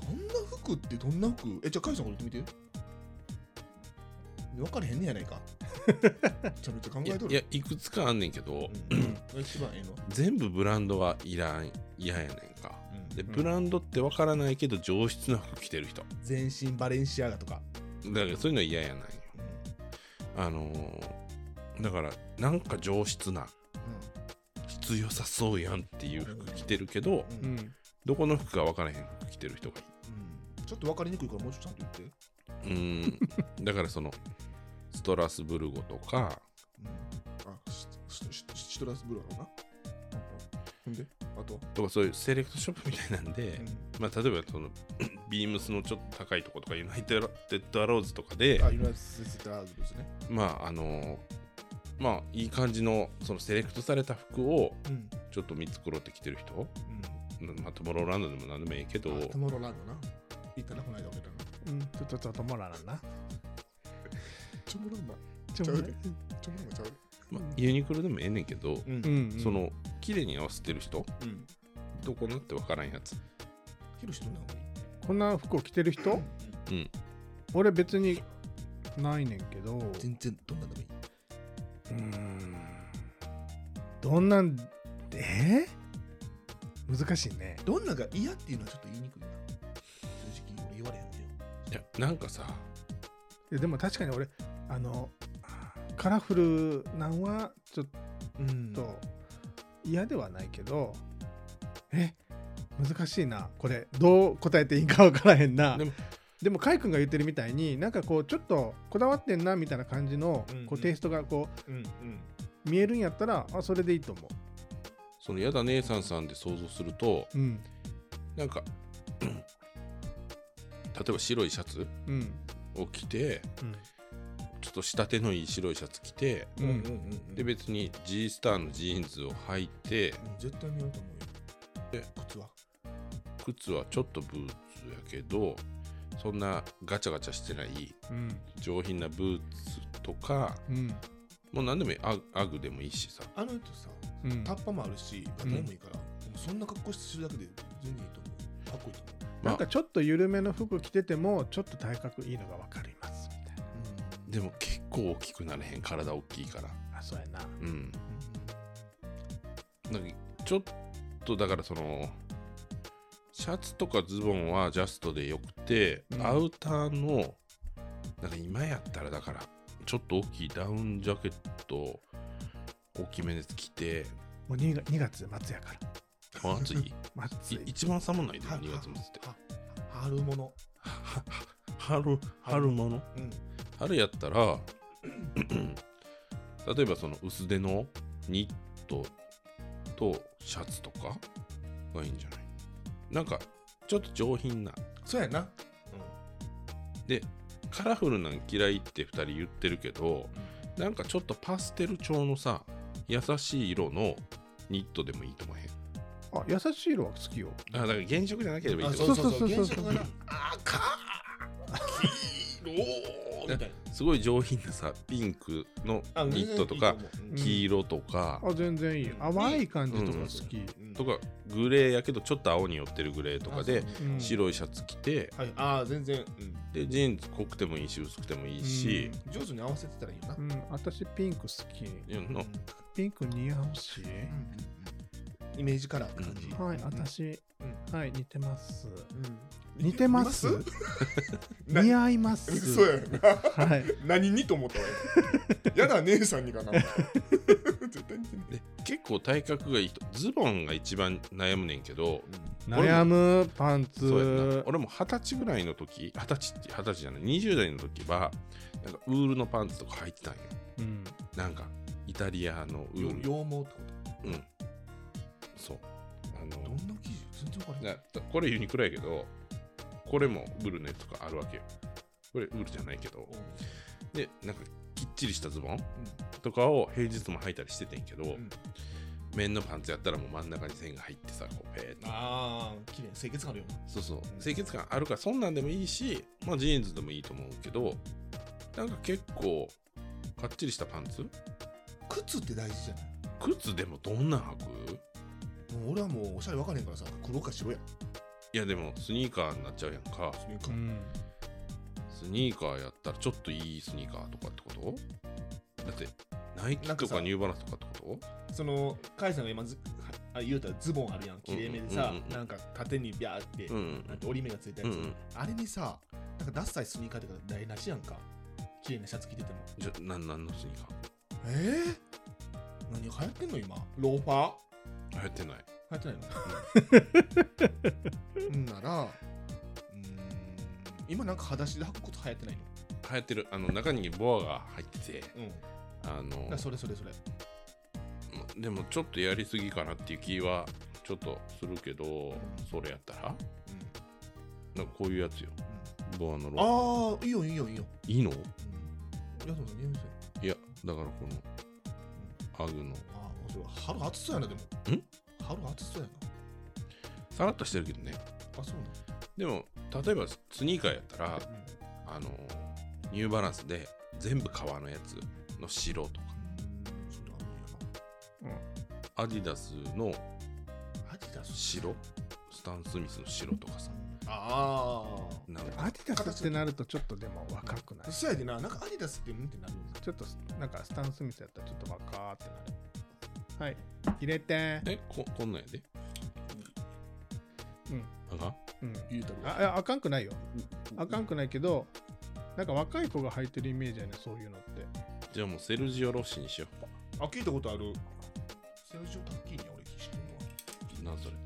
[SPEAKER 2] どんな服ってどんな服えじゃあカイさんこれ言ってみて分かれへんねやない かめちゃめちゃ考
[SPEAKER 3] いや
[SPEAKER 2] えと
[SPEAKER 3] いや
[SPEAKER 2] る
[SPEAKER 3] いくつかあんねんけど、
[SPEAKER 2] うんうんが一番ええの
[SPEAKER 3] 全部ブランドはいらん嫌やねんか
[SPEAKER 2] うん
[SPEAKER 3] で
[SPEAKER 2] うん
[SPEAKER 3] ブランドってわからないけど上質な服着てる人
[SPEAKER 2] 全身バレンシアガとか、
[SPEAKER 3] だからそういうのは嫌やない
[SPEAKER 2] うん
[SPEAKER 3] あのーだからなんか上質な質良さそうやんっていう服着てるけど
[SPEAKER 2] うん
[SPEAKER 1] う
[SPEAKER 2] うんうん
[SPEAKER 1] ん。
[SPEAKER 3] どこの服かわからへん服着てる人がいい
[SPEAKER 2] ちょっと分かりにくいからもうちょっとちゃんと言って、
[SPEAKER 3] う ーんだからそのストラスブルゴとか
[SPEAKER 2] うん、あシシシシトラスブルーだろうなほんであとは、
[SPEAKER 3] とかそういうセレクトショップみたいなんで、まあ、例えばその ビームスのちょっと高いとことかユナイテッドアローズとかで
[SPEAKER 2] あユナイテッドアーズですね、
[SPEAKER 3] まああのーまあいい感じのそのセレクトされた服を
[SPEAKER 2] うん
[SPEAKER 3] ちょっと見繕ってきてる人、
[SPEAKER 2] う
[SPEAKER 3] まあ、トモローランドでも何でもいいけど
[SPEAKER 2] ん、あタモロランドな行ったなこの間俺らの
[SPEAKER 1] うん。ちょっとちょっともらわな。
[SPEAKER 2] チョモランマ
[SPEAKER 1] ち
[SPEAKER 2] ょうだい
[SPEAKER 1] ね
[SPEAKER 2] チョモランマちゃう
[SPEAKER 3] まあ、ユニクロでもええねんけど、
[SPEAKER 2] うん
[SPEAKER 1] うん。
[SPEAKER 3] その綺麗に合わせてる人
[SPEAKER 2] うん
[SPEAKER 3] どこのって分からんやつ
[SPEAKER 2] ヒロシどんなのがいい
[SPEAKER 1] こんな服を着てる人
[SPEAKER 3] うん
[SPEAKER 1] 俺別にないねんけど
[SPEAKER 2] 全然どんなのでもいい
[SPEAKER 1] うんどんなんえー難しいね
[SPEAKER 2] どんなが嫌っていうのはちょっと言いにくいな正直俺言われへんのよ
[SPEAKER 3] いやなんかさ
[SPEAKER 1] いやでも確かに俺あのカラフルなんはちょっ
[SPEAKER 2] うん
[SPEAKER 1] と嫌ではないけど、え難しいなこれどう答えていいか分からへんな
[SPEAKER 3] で
[SPEAKER 1] で
[SPEAKER 3] も
[SPEAKER 1] もカイ君が言ってるみたいになんかこうちょっとこだわってんなみたいな感じの
[SPEAKER 2] うんうん
[SPEAKER 1] こうテイストがこ
[SPEAKER 2] うんうん
[SPEAKER 1] う見えるんやったらあそれでいいと思
[SPEAKER 3] そのやだ姉さんさんで想像すると
[SPEAKER 1] ううん
[SPEAKER 3] なんか 例えば白いシャツ
[SPEAKER 1] うん
[SPEAKER 3] を着て
[SPEAKER 1] うん
[SPEAKER 3] ちょっと仕立てのいい白いシャツ着て
[SPEAKER 1] うん
[SPEAKER 2] うん
[SPEAKER 3] で別に G スターのジーンズを履いて
[SPEAKER 2] うん絶対似合うと思うよえ靴は
[SPEAKER 3] 靴はちょっとブーツやけどそんなガチャガチャしてない
[SPEAKER 1] うん
[SPEAKER 3] 上品なブーツとか
[SPEAKER 1] うん
[SPEAKER 3] もう何でもいいアグアグでもいいしさ
[SPEAKER 2] あの人さ
[SPEAKER 1] うん
[SPEAKER 2] タッパもあるしバタもいいから、でもそんな格好してるだけで全然いいと思うかっこいいと思、
[SPEAKER 1] な
[SPEAKER 3] ま
[SPEAKER 1] んか
[SPEAKER 3] あ
[SPEAKER 1] ちょっと緩めの服着ててもちょっと体格いいのが分かりますみたいう
[SPEAKER 3] でも結構大きくなれへん体大きいから
[SPEAKER 1] なあそうやな
[SPEAKER 3] うんなんかちょっとだからそのシャツとかズボンはジャストでよくて、
[SPEAKER 1] うん
[SPEAKER 3] アウターのなんか今やったらだからちょっと大きいダウンジャケット大きめで着て
[SPEAKER 1] もう 2, 月末やから
[SPEAKER 3] まあ暑い
[SPEAKER 1] 松
[SPEAKER 3] い
[SPEAKER 1] 井
[SPEAKER 3] 一番寒ないで
[SPEAKER 2] は
[SPEAKER 3] 2月末 って
[SPEAKER 2] はは春物
[SPEAKER 3] は春春物
[SPEAKER 2] うん
[SPEAKER 3] 春やったら 例えばその薄手のニットとシャツとかがいいんじゃないなんかちょっと上品な
[SPEAKER 2] そうやな
[SPEAKER 3] でカラフルなん嫌いって2人言ってるけどなんかちょっとパステル調のさ優しい色のニットでもいいと思えへん
[SPEAKER 1] あ優しい色は好きよ
[SPEAKER 3] あだから原色じゃなければいい
[SPEAKER 2] あ
[SPEAKER 3] ってこ
[SPEAKER 2] そ
[SPEAKER 3] と
[SPEAKER 2] うそうそう
[SPEAKER 1] そうそうそう
[SPEAKER 2] 原色がな赤黄色みたいな
[SPEAKER 3] すごい上品なさピンクの
[SPEAKER 2] あ
[SPEAKER 3] ニットとか
[SPEAKER 1] うん
[SPEAKER 2] 全然いい思う
[SPEAKER 3] 黄色とか、
[SPEAKER 1] あ全然いい淡い感じとか好き、
[SPEAKER 2] うん
[SPEAKER 3] とかグレーやけどちょっと青に寄ってるグレーとかで
[SPEAKER 2] あそう
[SPEAKER 1] うん
[SPEAKER 3] 白いシャツ着て
[SPEAKER 2] はいああ全然、うん
[SPEAKER 3] でジーンズ濃くてもいいし薄くてもいいし、
[SPEAKER 2] 上手に合わせてたらいいよな、
[SPEAKER 1] うん、私ピンク好き
[SPEAKER 3] いやの
[SPEAKER 1] ピンク似合うし、
[SPEAKER 2] うんイメージカラーって感じ、
[SPEAKER 1] はい私、はい似てます
[SPEAKER 2] うん
[SPEAKER 1] 似てます
[SPEAKER 2] な
[SPEAKER 1] 似合います
[SPEAKER 2] そうやんな
[SPEAKER 1] はい
[SPEAKER 2] 何にと思ったわ今やだ姉さんにかな絶対似てない
[SPEAKER 3] で結構体格がいい人ズボンが一番悩むねんけど
[SPEAKER 1] 悩むパン
[SPEAKER 3] そうやな
[SPEAKER 1] ツ
[SPEAKER 3] 俺も二十歳ぐらいの時二十歳って二十歳じゃない20代の時はなんかウールのパンツとか履いてたんよ
[SPEAKER 1] うん
[SPEAKER 3] なんかイタリアのウ
[SPEAKER 2] よ
[SPEAKER 3] ー
[SPEAKER 2] 羊毛っ
[SPEAKER 3] ル
[SPEAKER 2] てこ
[SPEAKER 3] うんそうあ
[SPEAKER 2] とど
[SPEAKER 3] の
[SPEAKER 2] んな生地全然わからない
[SPEAKER 3] なこれユニクロやけどこれもウールのやつとかあるわけよこれウールじゃないけどでなんかきっちりしたズボンとかを平日も履いたりしててんけど、
[SPEAKER 2] ん
[SPEAKER 3] 面のパンツやったらもう真ん中に線が入ってさこうペーって
[SPEAKER 2] ああ綺麗清潔感あるよな
[SPEAKER 3] そうそう清潔感あるからそんなんでもいいし、まあ、ジーンズでもいいと思うけどなんか結構かっちりしたパンツ
[SPEAKER 2] 靴って大事じゃない
[SPEAKER 3] 靴でもどんなん履く
[SPEAKER 2] もう俺はもうおしゃれ分かれへんからさ黒か白や
[SPEAKER 3] いやでもスニーカーになっちゃうやんか
[SPEAKER 2] スニーカ
[SPEAKER 1] う
[SPEAKER 2] ー
[SPEAKER 1] ん
[SPEAKER 3] スニーカーやったらちょっといいスニーカーとかってことだってナイキ
[SPEAKER 2] なん
[SPEAKER 3] と
[SPEAKER 2] か
[SPEAKER 3] か
[SPEAKER 2] さ
[SPEAKER 3] ニューバランスとかってこと
[SPEAKER 2] そのカイさんが今ずあ言うたらズボンあるやんきれいめで
[SPEAKER 3] う
[SPEAKER 2] さ
[SPEAKER 3] んうんうんうん
[SPEAKER 2] なんか縦にビャーって、
[SPEAKER 3] うん
[SPEAKER 2] なんて折り目がついた
[SPEAKER 3] うんう
[SPEAKER 2] や
[SPEAKER 3] ん
[SPEAKER 2] つ、
[SPEAKER 3] うん
[SPEAKER 2] あれにさなんかダッサいスニーカーとか台無しやんか綺麗なシャツ着てても
[SPEAKER 3] じゃなんなんのスニーカ
[SPEAKER 2] ええ何流行ってんの今ローファー
[SPEAKER 3] ー流行ってな
[SPEAKER 2] 流
[SPEAKER 3] い
[SPEAKER 2] 行ってないの うんならうーん今なんか裸足で履くこと流行ってないの
[SPEAKER 3] 流行ってるあの中にボアが入ってて
[SPEAKER 2] うんだ
[SPEAKER 3] あの
[SPEAKER 2] からそれそれそれ
[SPEAKER 3] でもちょっとやりすぎかなっていう気はちょっとするけど
[SPEAKER 2] ん
[SPEAKER 3] それやったらなんかこういうやつよボアのロー
[SPEAKER 2] ああいいよいいよいいよ、
[SPEAKER 3] いいの
[SPEAKER 2] うん、いやでも似合いそう
[SPEAKER 3] いやだからこのアグの
[SPEAKER 2] ああそれ春暑そうやなでも
[SPEAKER 3] ん
[SPEAKER 2] 春暑そうやな
[SPEAKER 3] さらっとしてるけどね
[SPEAKER 2] あそう
[SPEAKER 3] でも例えばスニーカーやったら
[SPEAKER 2] なの、
[SPEAKER 3] あのニューバランスで全部革のやつの白とか
[SPEAKER 2] うん、それあるんや
[SPEAKER 3] アディダスの
[SPEAKER 2] なアディダス
[SPEAKER 3] 白スタン・スミスの白とかさ
[SPEAKER 2] あ
[SPEAKER 3] なんか
[SPEAKER 1] アディダスってなるとちょっとでも若くない
[SPEAKER 2] あそうやでななんかアディダスってうんってなるんだ
[SPEAKER 1] ちょっとなんかスタン・スミスやったらちょっとバカーってなるはい入れて
[SPEAKER 3] えここんなんやで
[SPEAKER 1] うん
[SPEAKER 3] あかん
[SPEAKER 1] うん
[SPEAKER 2] 言うたるわ
[SPEAKER 1] あいやあかんくないよあかんくないけどなんか若い子が履いてるイメージやねそういうのって
[SPEAKER 3] じゃあもうセルジオ・ロッシにしよ
[SPEAKER 2] あ聞いたことあるセルジオ・タッキーニ俺知ってるのは
[SPEAKER 3] うなんそれ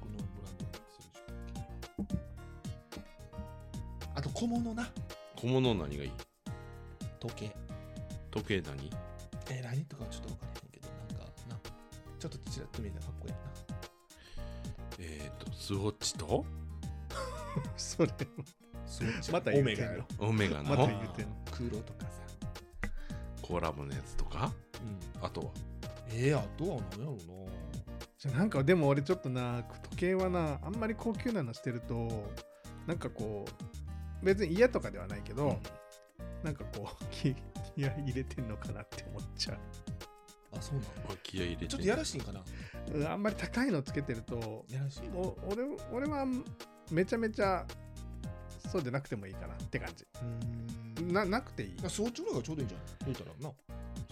[SPEAKER 2] このブランドセルジオ・タッキーニあと小物な
[SPEAKER 3] 小物何がいい
[SPEAKER 2] 時計
[SPEAKER 3] 時計何
[SPEAKER 2] えー、何とかはちょっと分からへんけどなんかなちょっとちらっと見たらかっこいいな
[SPEAKER 3] えっ、とスウォッチと
[SPEAKER 1] それ また
[SPEAKER 2] オ
[SPEAKER 1] 言う
[SPEAKER 2] メ
[SPEAKER 1] て
[SPEAKER 2] ガ
[SPEAKER 1] んの
[SPEAKER 2] やろ
[SPEAKER 3] オメガ
[SPEAKER 1] また
[SPEAKER 3] の
[SPEAKER 1] 言うてんの
[SPEAKER 2] 黒とかさ、
[SPEAKER 3] コラボのやつとか
[SPEAKER 2] うん、
[SPEAKER 3] あとは
[SPEAKER 2] えー、あとは何やろうな
[SPEAKER 1] じゃあなんかでも俺ちょっとな時計はなあんまり高級なのしてるとなんかこう別に嫌とかではないけど、なんかこう 気気合い入れてんのかなって思っちゃ
[SPEAKER 2] あそうなの
[SPEAKER 3] まあ気合い入れて
[SPEAKER 2] ちょっとやらしいんかな
[SPEAKER 1] ううんあんまり高いのつけてると
[SPEAKER 2] やらしいうん
[SPEAKER 1] お俺俺はめちゃめちゃそうじゃなくてもいいかなって感じななくていい
[SPEAKER 2] まあ早朝の方がちょうどいいんじゃない言うたらな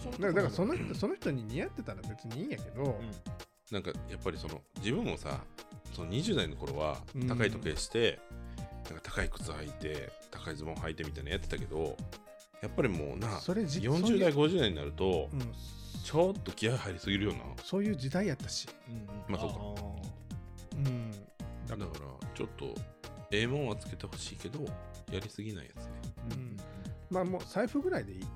[SPEAKER 2] そ
[SPEAKER 1] だ
[SPEAKER 2] んな
[SPEAKER 1] からだからそ
[SPEAKER 2] んな
[SPEAKER 1] の人その人に似合ってたら別にいいんやけど、
[SPEAKER 3] なんかやっぱりその自分もさその20代の頃は
[SPEAKER 1] うん
[SPEAKER 3] 高い時計して、なんか高い靴履いて高いズボン履いてみたいなやってたけどやっぱりもうな
[SPEAKER 1] それじそうい
[SPEAKER 3] 40
[SPEAKER 1] う
[SPEAKER 3] 代50代になると、
[SPEAKER 1] うん、
[SPEAKER 3] ちょっと気合入りすぎるよな
[SPEAKER 1] そういう時代やったし、
[SPEAKER 2] うん
[SPEAKER 3] まあそ
[SPEAKER 1] う
[SPEAKER 3] うか
[SPEAKER 1] ん、
[SPEAKER 3] だからちょっとええもんはつけてほしいけどやりすぎないやつね
[SPEAKER 2] う
[SPEAKER 1] うんまあもう財布ぐらいでいい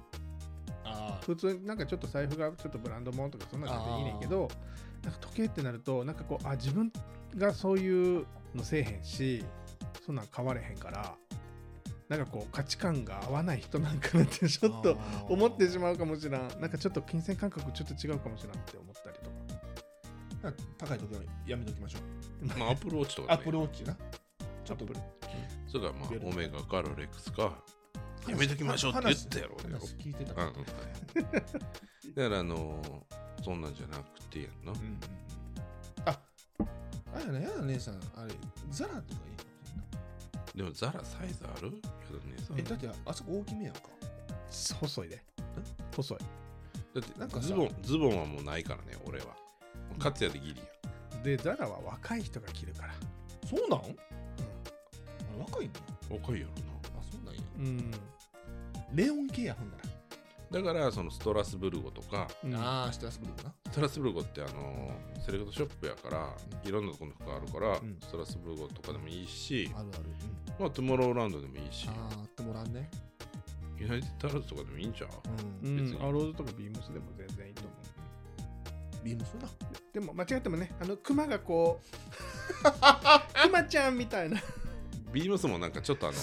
[SPEAKER 2] あー
[SPEAKER 1] 普通になんかちょっと財布がちょっとブランドもんとかそんな感じでいいねんけどなんか時計ってなるとなんかこうあ自分がそういうのせえへんしそんなん買われへんからなんかこう価値観が合わない人なんかなってちょっと
[SPEAKER 2] あー
[SPEAKER 1] 思ってしまうかもしらんなんかちょっと金銭感覚ちょっと違うかもしらんって思ったりとか
[SPEAKER 2] なんか高い時計はやめときましょう
[SPEAKER 3] まあアップルウォッチとか
[SPEAKER 2] ア
[SPEAKER 3] ね
[SPEAKER 2] ップルウォッチなちょっと
[SPEAKER 3] それからまあ
[SPEAKER 2] ベルト
[SPEAKER 3] オメガかロレックスかやめときましょうって言ったやろ
[SPEAKER 2] 話
[SPEAKER 3] 俺
[SPEAKER 2] 話聞いてた
[SPEAKER 3] うんうんだからあのーそんなんじゃなくてやんな
[SPEAKER 2] うんうんうんああれやねやだ姉さんあれザラとかいいかもしれんな
[SPEAKER 3] でもザラサイズあるやだねさ
[SPEAKER 2] えだってあそこ大きめやんか
[SPEAKER 1] 細いで細い
[SPEAKER 3] だ
[SPEAKER 2] なん
[SPEAKER 3] って
[SPEAKER 2] かさ
[SPEAKER 3] ズボンズボンはもうないからね俺はかつやでギリや
[SPEAKER 1] でザラは若い人が着るから
[SPEAKER 2] そうなん、あれ若いね
[SPEAKER 3] 若いや
[SPEAKER 2] あそうなんや
[SPEAKER 1] うん
[SPEAKER 2] レオン系やほんなら
[SPEAKER 3] ろなだからそのストラスブルゴとか
[SPEAKER 1] うん
[SPEAKER 2] ああ、シトラスブルクな。
[SPEAKER 3] ストラスブルゴってあのーセレクトショップやから
[SPEAKER 2] う
[SPEAKER 3] いろんなとこの服あるから、
[SPEAKER 2] うん
[SPEAKER 3] ストラスブルゴとかでもいいし
[SPEAKER 2] あるある。うん
[SPEAKER 3] まあトゥモローランドでもいいし
[SPEAKER 2] ああ、あってもらんね。
[SPEAKER 3] ユナイテッドアローズとかでもいいんちゃう
[SPEAKER 2] う。
[SPEAKER 1] うんん
[SPEAKER 3] 別に
[SPEAKER 1] アローズとかビームスでも全然いいと思う
[SPEAKER 2] ビームスな。
[SPEAKER 1] でも間違ってもねあのクマがこ うクマちゃんみたいな
[SPEAKER 3] ビームスもなんかちょっとあ の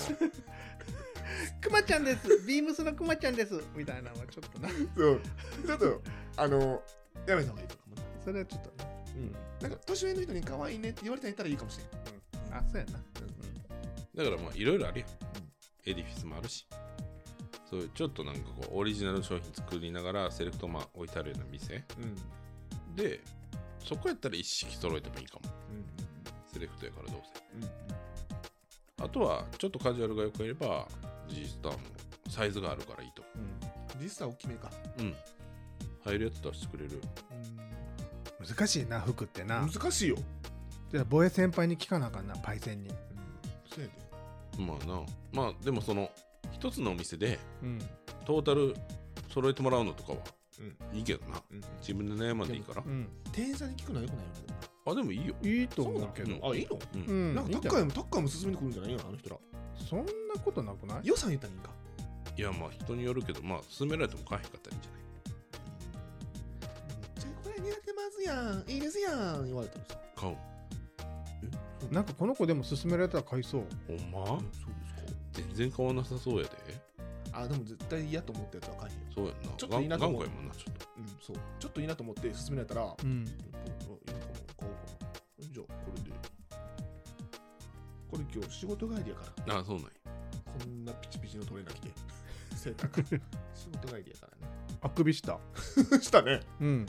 [SPEAKER 1] クマちゃんですビームスのクマちゃんですみたいなのはちょっとな
[SPEAKER 2] そう。ちょっと、あの、やめた方がいいとかもね。
[SPEAKER 1] それはちょっとな
[SPEAKER 2] なんか、年上の人に可愛いねって言われたらいたらいいかもしれない。
[SPEAKER 1] あそうやな
[SPEAKER 3] だからまあいろいろあるやん、エディフィスもあるしそういうちょっとなんかこうオリジナル商品作りながらセレクトまあ置いてあるような店
[SPEAKER 2] うん。うん。
[SPEAKER 3] でそこやったら一式揃えてもいいかもセレクトやからどうせあとはちょっとカジュアルがよくいれば G スターもサイズがあるからいいと思
[SPEAKER 2] うん、実際大きめか、
[SPEAKER 3] ううん入るやつ出してくれる
[SPEAKER 2] うん
[SPEAKER 1] 難しいな服ってな
[SPEAKER 2] 難しいよ、
[SPEAKER 1] じゃあ防衛先輩に聞かなあかんなパイセンに
[SPEAKER 2] そうやで
[SPEAKER 3] まあなまあでもその一つのお店で
[SPEAKER 1] うん
[SPEAKER 3] トータル揃えてもらうのとかは
[SPEAKER 2] うん
[SPEAKER 3] いいけどな
[SPEAKER 2] うん
[SPEAKER 3] 自分で悩まんでいいから
[SPEAKER 1] うん
[SPEAKER 2] 店員さんに聞くのはよくないよね
[SPEAKER 3] あでもいいよ
[SPEAKER 1] いいと思うけ
[SPEAKER 3] そ
[SPEAKER 1] ど
[SPEAKER 3] うなの
[SPEAKER 2] あいいの、
[SPEAKER 3] うん
[SPEAKER 1] うん
[SPEAKER 2] なん
[SPEAKER 1] いい
[SPEAKER 2] か
[SPEAKER 1] んじ
[SPEAKER 2] タ
[SPEAKER 1] ゃな
[SPEAKER 2] ッカー
[SPEAKER 1] い
[SPEAKER 2] もタッカーも進めてくるんじゃないのあの人ら
[SPEAKER 1] そんなことなくない
[SPEAKER 2] 予算言ったらいいんか
[SPEAKER 3] いやまあ人によるけどまあ勧められても買えへんかったらいいんじゃない
[SPEAKER 2] めっちゃこれ似合ってますやんいいですやん言われたらさ
[SPEAKER 3] 買う
[SPEAKER 1] なんかこの子でも勧められたら買いそう
[SPEAKER 3] ほんま
[SPEAKER 2] そうです
[SPEAKER 3] 全然買わなさそうやで
[SPEAKER 2] かあでも絶対嫌と思ったやつは買えへんよ
[SPEAKER 3] そうやんな
[SPEAKER 2] ちょっといいなと
[SPEAKER 3] 頑
[SPEAKER 2] 思う
[SPEAKER 3] 固やもんなちょっと
[SPEAKER 2] うんそうちょっといいなと思って勧められたら、う ん、
[SPEAKER 1] うん
[SPEAKER 2] いいかも買おうかなじゃあこれでこれ今日仕事帰りやから
[SPEAKER 3] ああそうなんや
[SPEAKER 2] こんなピチピチのトレーナー着て洗濯仕事帰りやから
[SPEAKER 1] あくびした
[SPEAKER 2] ねしたね
[SPEAKER 1] うん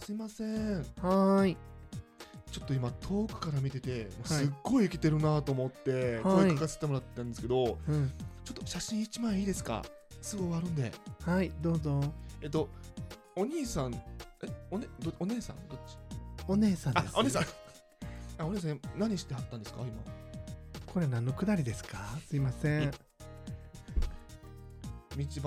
[SPEAKER 2] すいません
[SPEAKER 1] はーい
[SPEAKER 2] ちょっと今遠くから見ててもうすっごい生きてるなと思って、
[SPEAKER 1] はい
[SPEAKER 2] 声かかせてもらったんですけど、
[SPEAKER 1] うん
[SPEAKER 2] ちょっと写真1枚いいですかすぐ終わるんで
[SPEAKER 1] はいどうぞ
[SPEAKER 2] えっとお兄さんえお,、ね、どお姉さんどっち
[SPEAKER 1] お姉さん
[SPEAKER 2] あ
[SPEAKER 1] です
[SPEAKER 2] お姉さん あお姉さん何してはったんですか今
[SPEAKER 1] これ何のくだりですかすいません
[SPEAKER 2] 道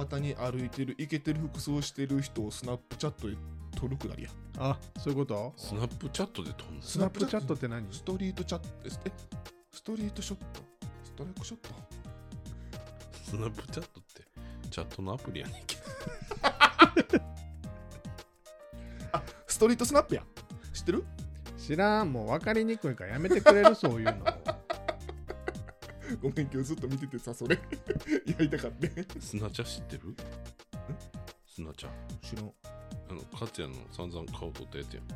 [SPEAKER 2] 端に歩いてるイケてる服装してる人をスナップチャットで撮るくだりや
[SPEAKER 1] あそういうこと
[SPEAKER 3] スナップチャットで飛んだ
[SPEAKER 1] スナップチャットって何
[SPEAKER 2] ストリートチャットえストリートショットストライクショット
[SPEAKER 3] スナップチャットってチャットのアプリやねんけど
[SPEAKER 2] ストリートスナップや知ってる
[SPEAKER 1] 知らんもう分かりにくいからやめてくれるそういうの
[SPEAKER 2] ごめん今日ずっと見ててさそれ やりたかって
[SPEAKER 3] スナチャ知ってるスナチャ
[SPEAKER 2] 知らん
[SPEAKER 3] あのかつやの散々顔取ったやつやん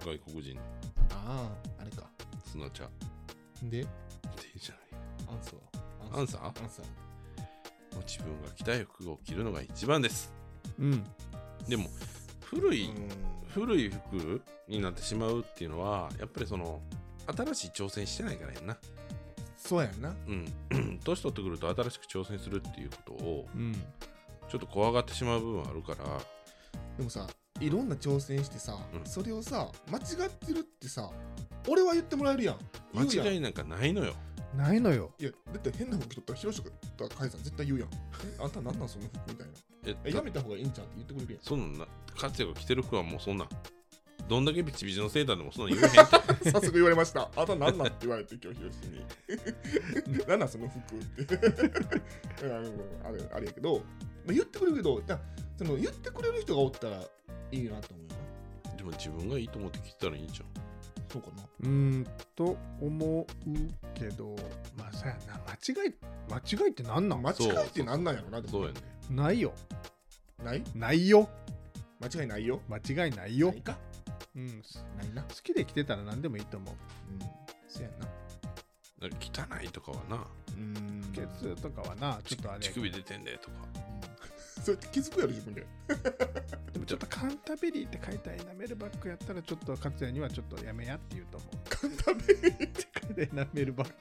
[SPEAKER 3] 外国人の
[SPEAKER 2] あああれか
[SPEAKER 3] スナチャっ
[SPEAKER 2] で
[SPEAKER 3] ていいじゃな
[SPEAKER 2] ア
[SPEAKER 3] い
[SPEAKER 2] ンサー
[SPEAKER 3] アンサー
[SPEAKER 2] アンサー
[SPEAKER 3] もう自分が着たい服を着るのが一番です
[SPEAKER 1] うん
[SPEAKER 3] でも古
[SPEAKER 2] う
[SPEAKER 3] い、古い服になってしまうっていうのはやっぱりその新しい挑戦してないからやんな
[SPEAKER 2] そうやんな
[SPEAKER 3] うん 年取ってくると新しく挑戦するっていうことを
[SPEAKER 1] うん
[SPEAKER 3] ちょっと怖がってしまう部分あるから
[SPEAKER 2] でもさいろんな挑戦してさ、
[SPEAKER 3] うん
[SPEAKER 2] それをさ間違ってるってさ俺は言ってもらえるやん言うやん
[SPEAKER 3] 間違いなんかないのよ
[SPEAKER 1] ないのよ
[SPEAKER 2] いやだって変な服着とったら広ロシとかカイさん絶対言うやんえあんた何なんその服みたいな
[SPEAKER 3] え
[SPEAKER 2] え
[SPEAKER 3] だ
[SPEAKER 2] やめた方がいいんちゃうって言ってくれるやん
[SPEAKER 3] そんなんなかつやが着てる服はもうそんなんどんだけピチピチのセーターでもそんなん言えへんっ て
[SPEAKER 2] 早速言われました。あと何なんって言われて今日ヒロシに。 何なんその服って。 あのあれあれやけど、まあ、言ってくれるけど、だその言ってくれる人がおったらいいなと思うよな。
[SPEAKER 3] でも自分がいいと思って着てたらいいじゃん
[SPEAKER 2] そうかな。
[SPEAKER 1] うーんと思うけどまあそうやな間違い間違いってなんなん
[SPEAKER 2] 間
[SPEAKER 3] そう
[SPEAKER 2] 違いってなんなんやろな、で
[SPEAKER 3] そう
[SPEAKER 2] も
[SPEAKER 3] やね
[SPEAKER 1] ないよ
[SPEAKER 2] ない
[SPEAKER 1] ないよ
[SPEAKER 2] 間違いないよ。
[SPEAKER 1] 間違いないよ
[SPEAKER 2] ないか。
[SPEAKER 1] うんす
[SPEAKER 2] ないな。
[SPEAKER 1] 好きで着てたら何でもいいと思う
[SPEAKER 2] うん。そうやんな。
[SPEAKER 3] だから汚いとかはな
[SPEAKER 2] うーん。
[SPEAKER 1] ケツとかはなちょっとあれやけ
[SPEAKER 3] 乳
[SPEAKER 1] ど
[SPEAKER 3] 首出てんでとか
[SPEAKER 2] それって気づくやろ、自分で。
[SPEAKER 1] でもちょっとカンタベリーって書いたエナメルバッグやったらちょっと勝也にはちょっとやめやって言うと思 うカンタベリーって書いたエナメルバッグ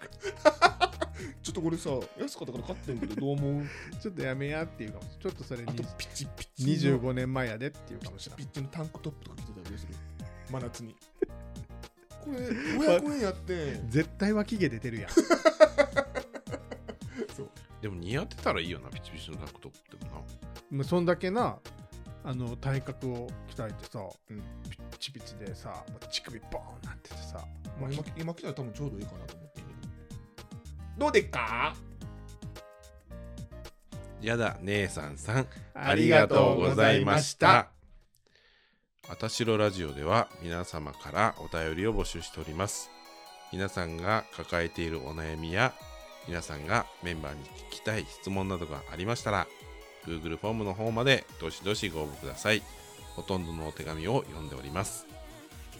[SPEAKER 2] ちょっとこれさ、安かったから買ってんけど、どう思う
[SPEAKER 1] ちょっとやめやっていうかもしれないちょっとそれ
[SPEAKER 2] あと
[SPEAKER 1] に
[SPEAKER 2] ピチピチの。
[SPEAKER 1] 25年前やでっていうかもしれな
[SPEAKER 2] ピ
[SPEAKER 1] い
[SPEAKER 2] ッチのタンクトップとか着てたらどうする真夏に。 これ500円や って、
[SPEAKER 1] 絶対脇毛出てるやん
[SPEAKER 2] そう
[SPEAKER 3] でも似合ってたらいいよなピチピチのタンクトップでもな
[SPEAKER 1] もうそんだけなあの体格を鍛えてさ、
[SPEAKER 2] うん
[SPEAKER 1] ピッチピチでさもう乳首ボーンなっててさ
[SPEAKER 2] まあ、今
[SPEAKER 1] 脇
[SPEAKER 2] 今来たら多分ちょうどいいかなと思ってるどうでっか
[SPEAKER 3] やだ姉さんさん
[SPEAKER 1] あ
[SPEAKER 2] りがとうございました。
[SPEAKER 3] あたしろラジオでは皆様からお便りを募集しております。皆さんが抱えているお悩みや皆さんがメンバーに聞きたい質問などがありましたら Google フォームの方までどしどしご応募ください。ほとんどのお手紙を読んでおります。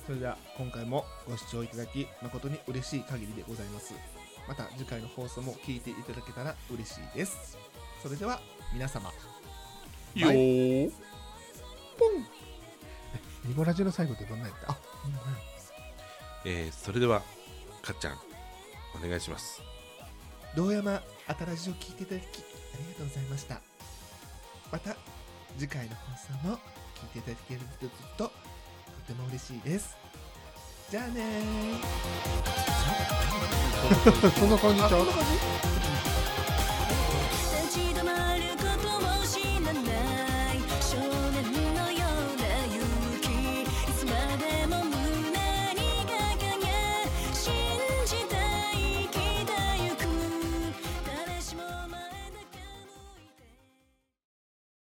[SPEAKER 2] それでは今回もご視聴いただき誠に嬉しい限りでございますまた次回の放送も聞いていただけたら嬉しいですそれでは皆様
[SPEAKER 3] よー、
[SPEAKER 1] ニボラジの最後ってどんなんやった
[SPEAKER 3] えーそれでは、かっちゃん、お願いします。
[SPEAKER 2] 堂山新しを聞いていただきありがとうございましたまた次回の放送も聞いていただけるととても嬉しいですじゃあねー
[SPEAKER 1] そんな感じちゃう
[SPEAKER 2] あそんな感じ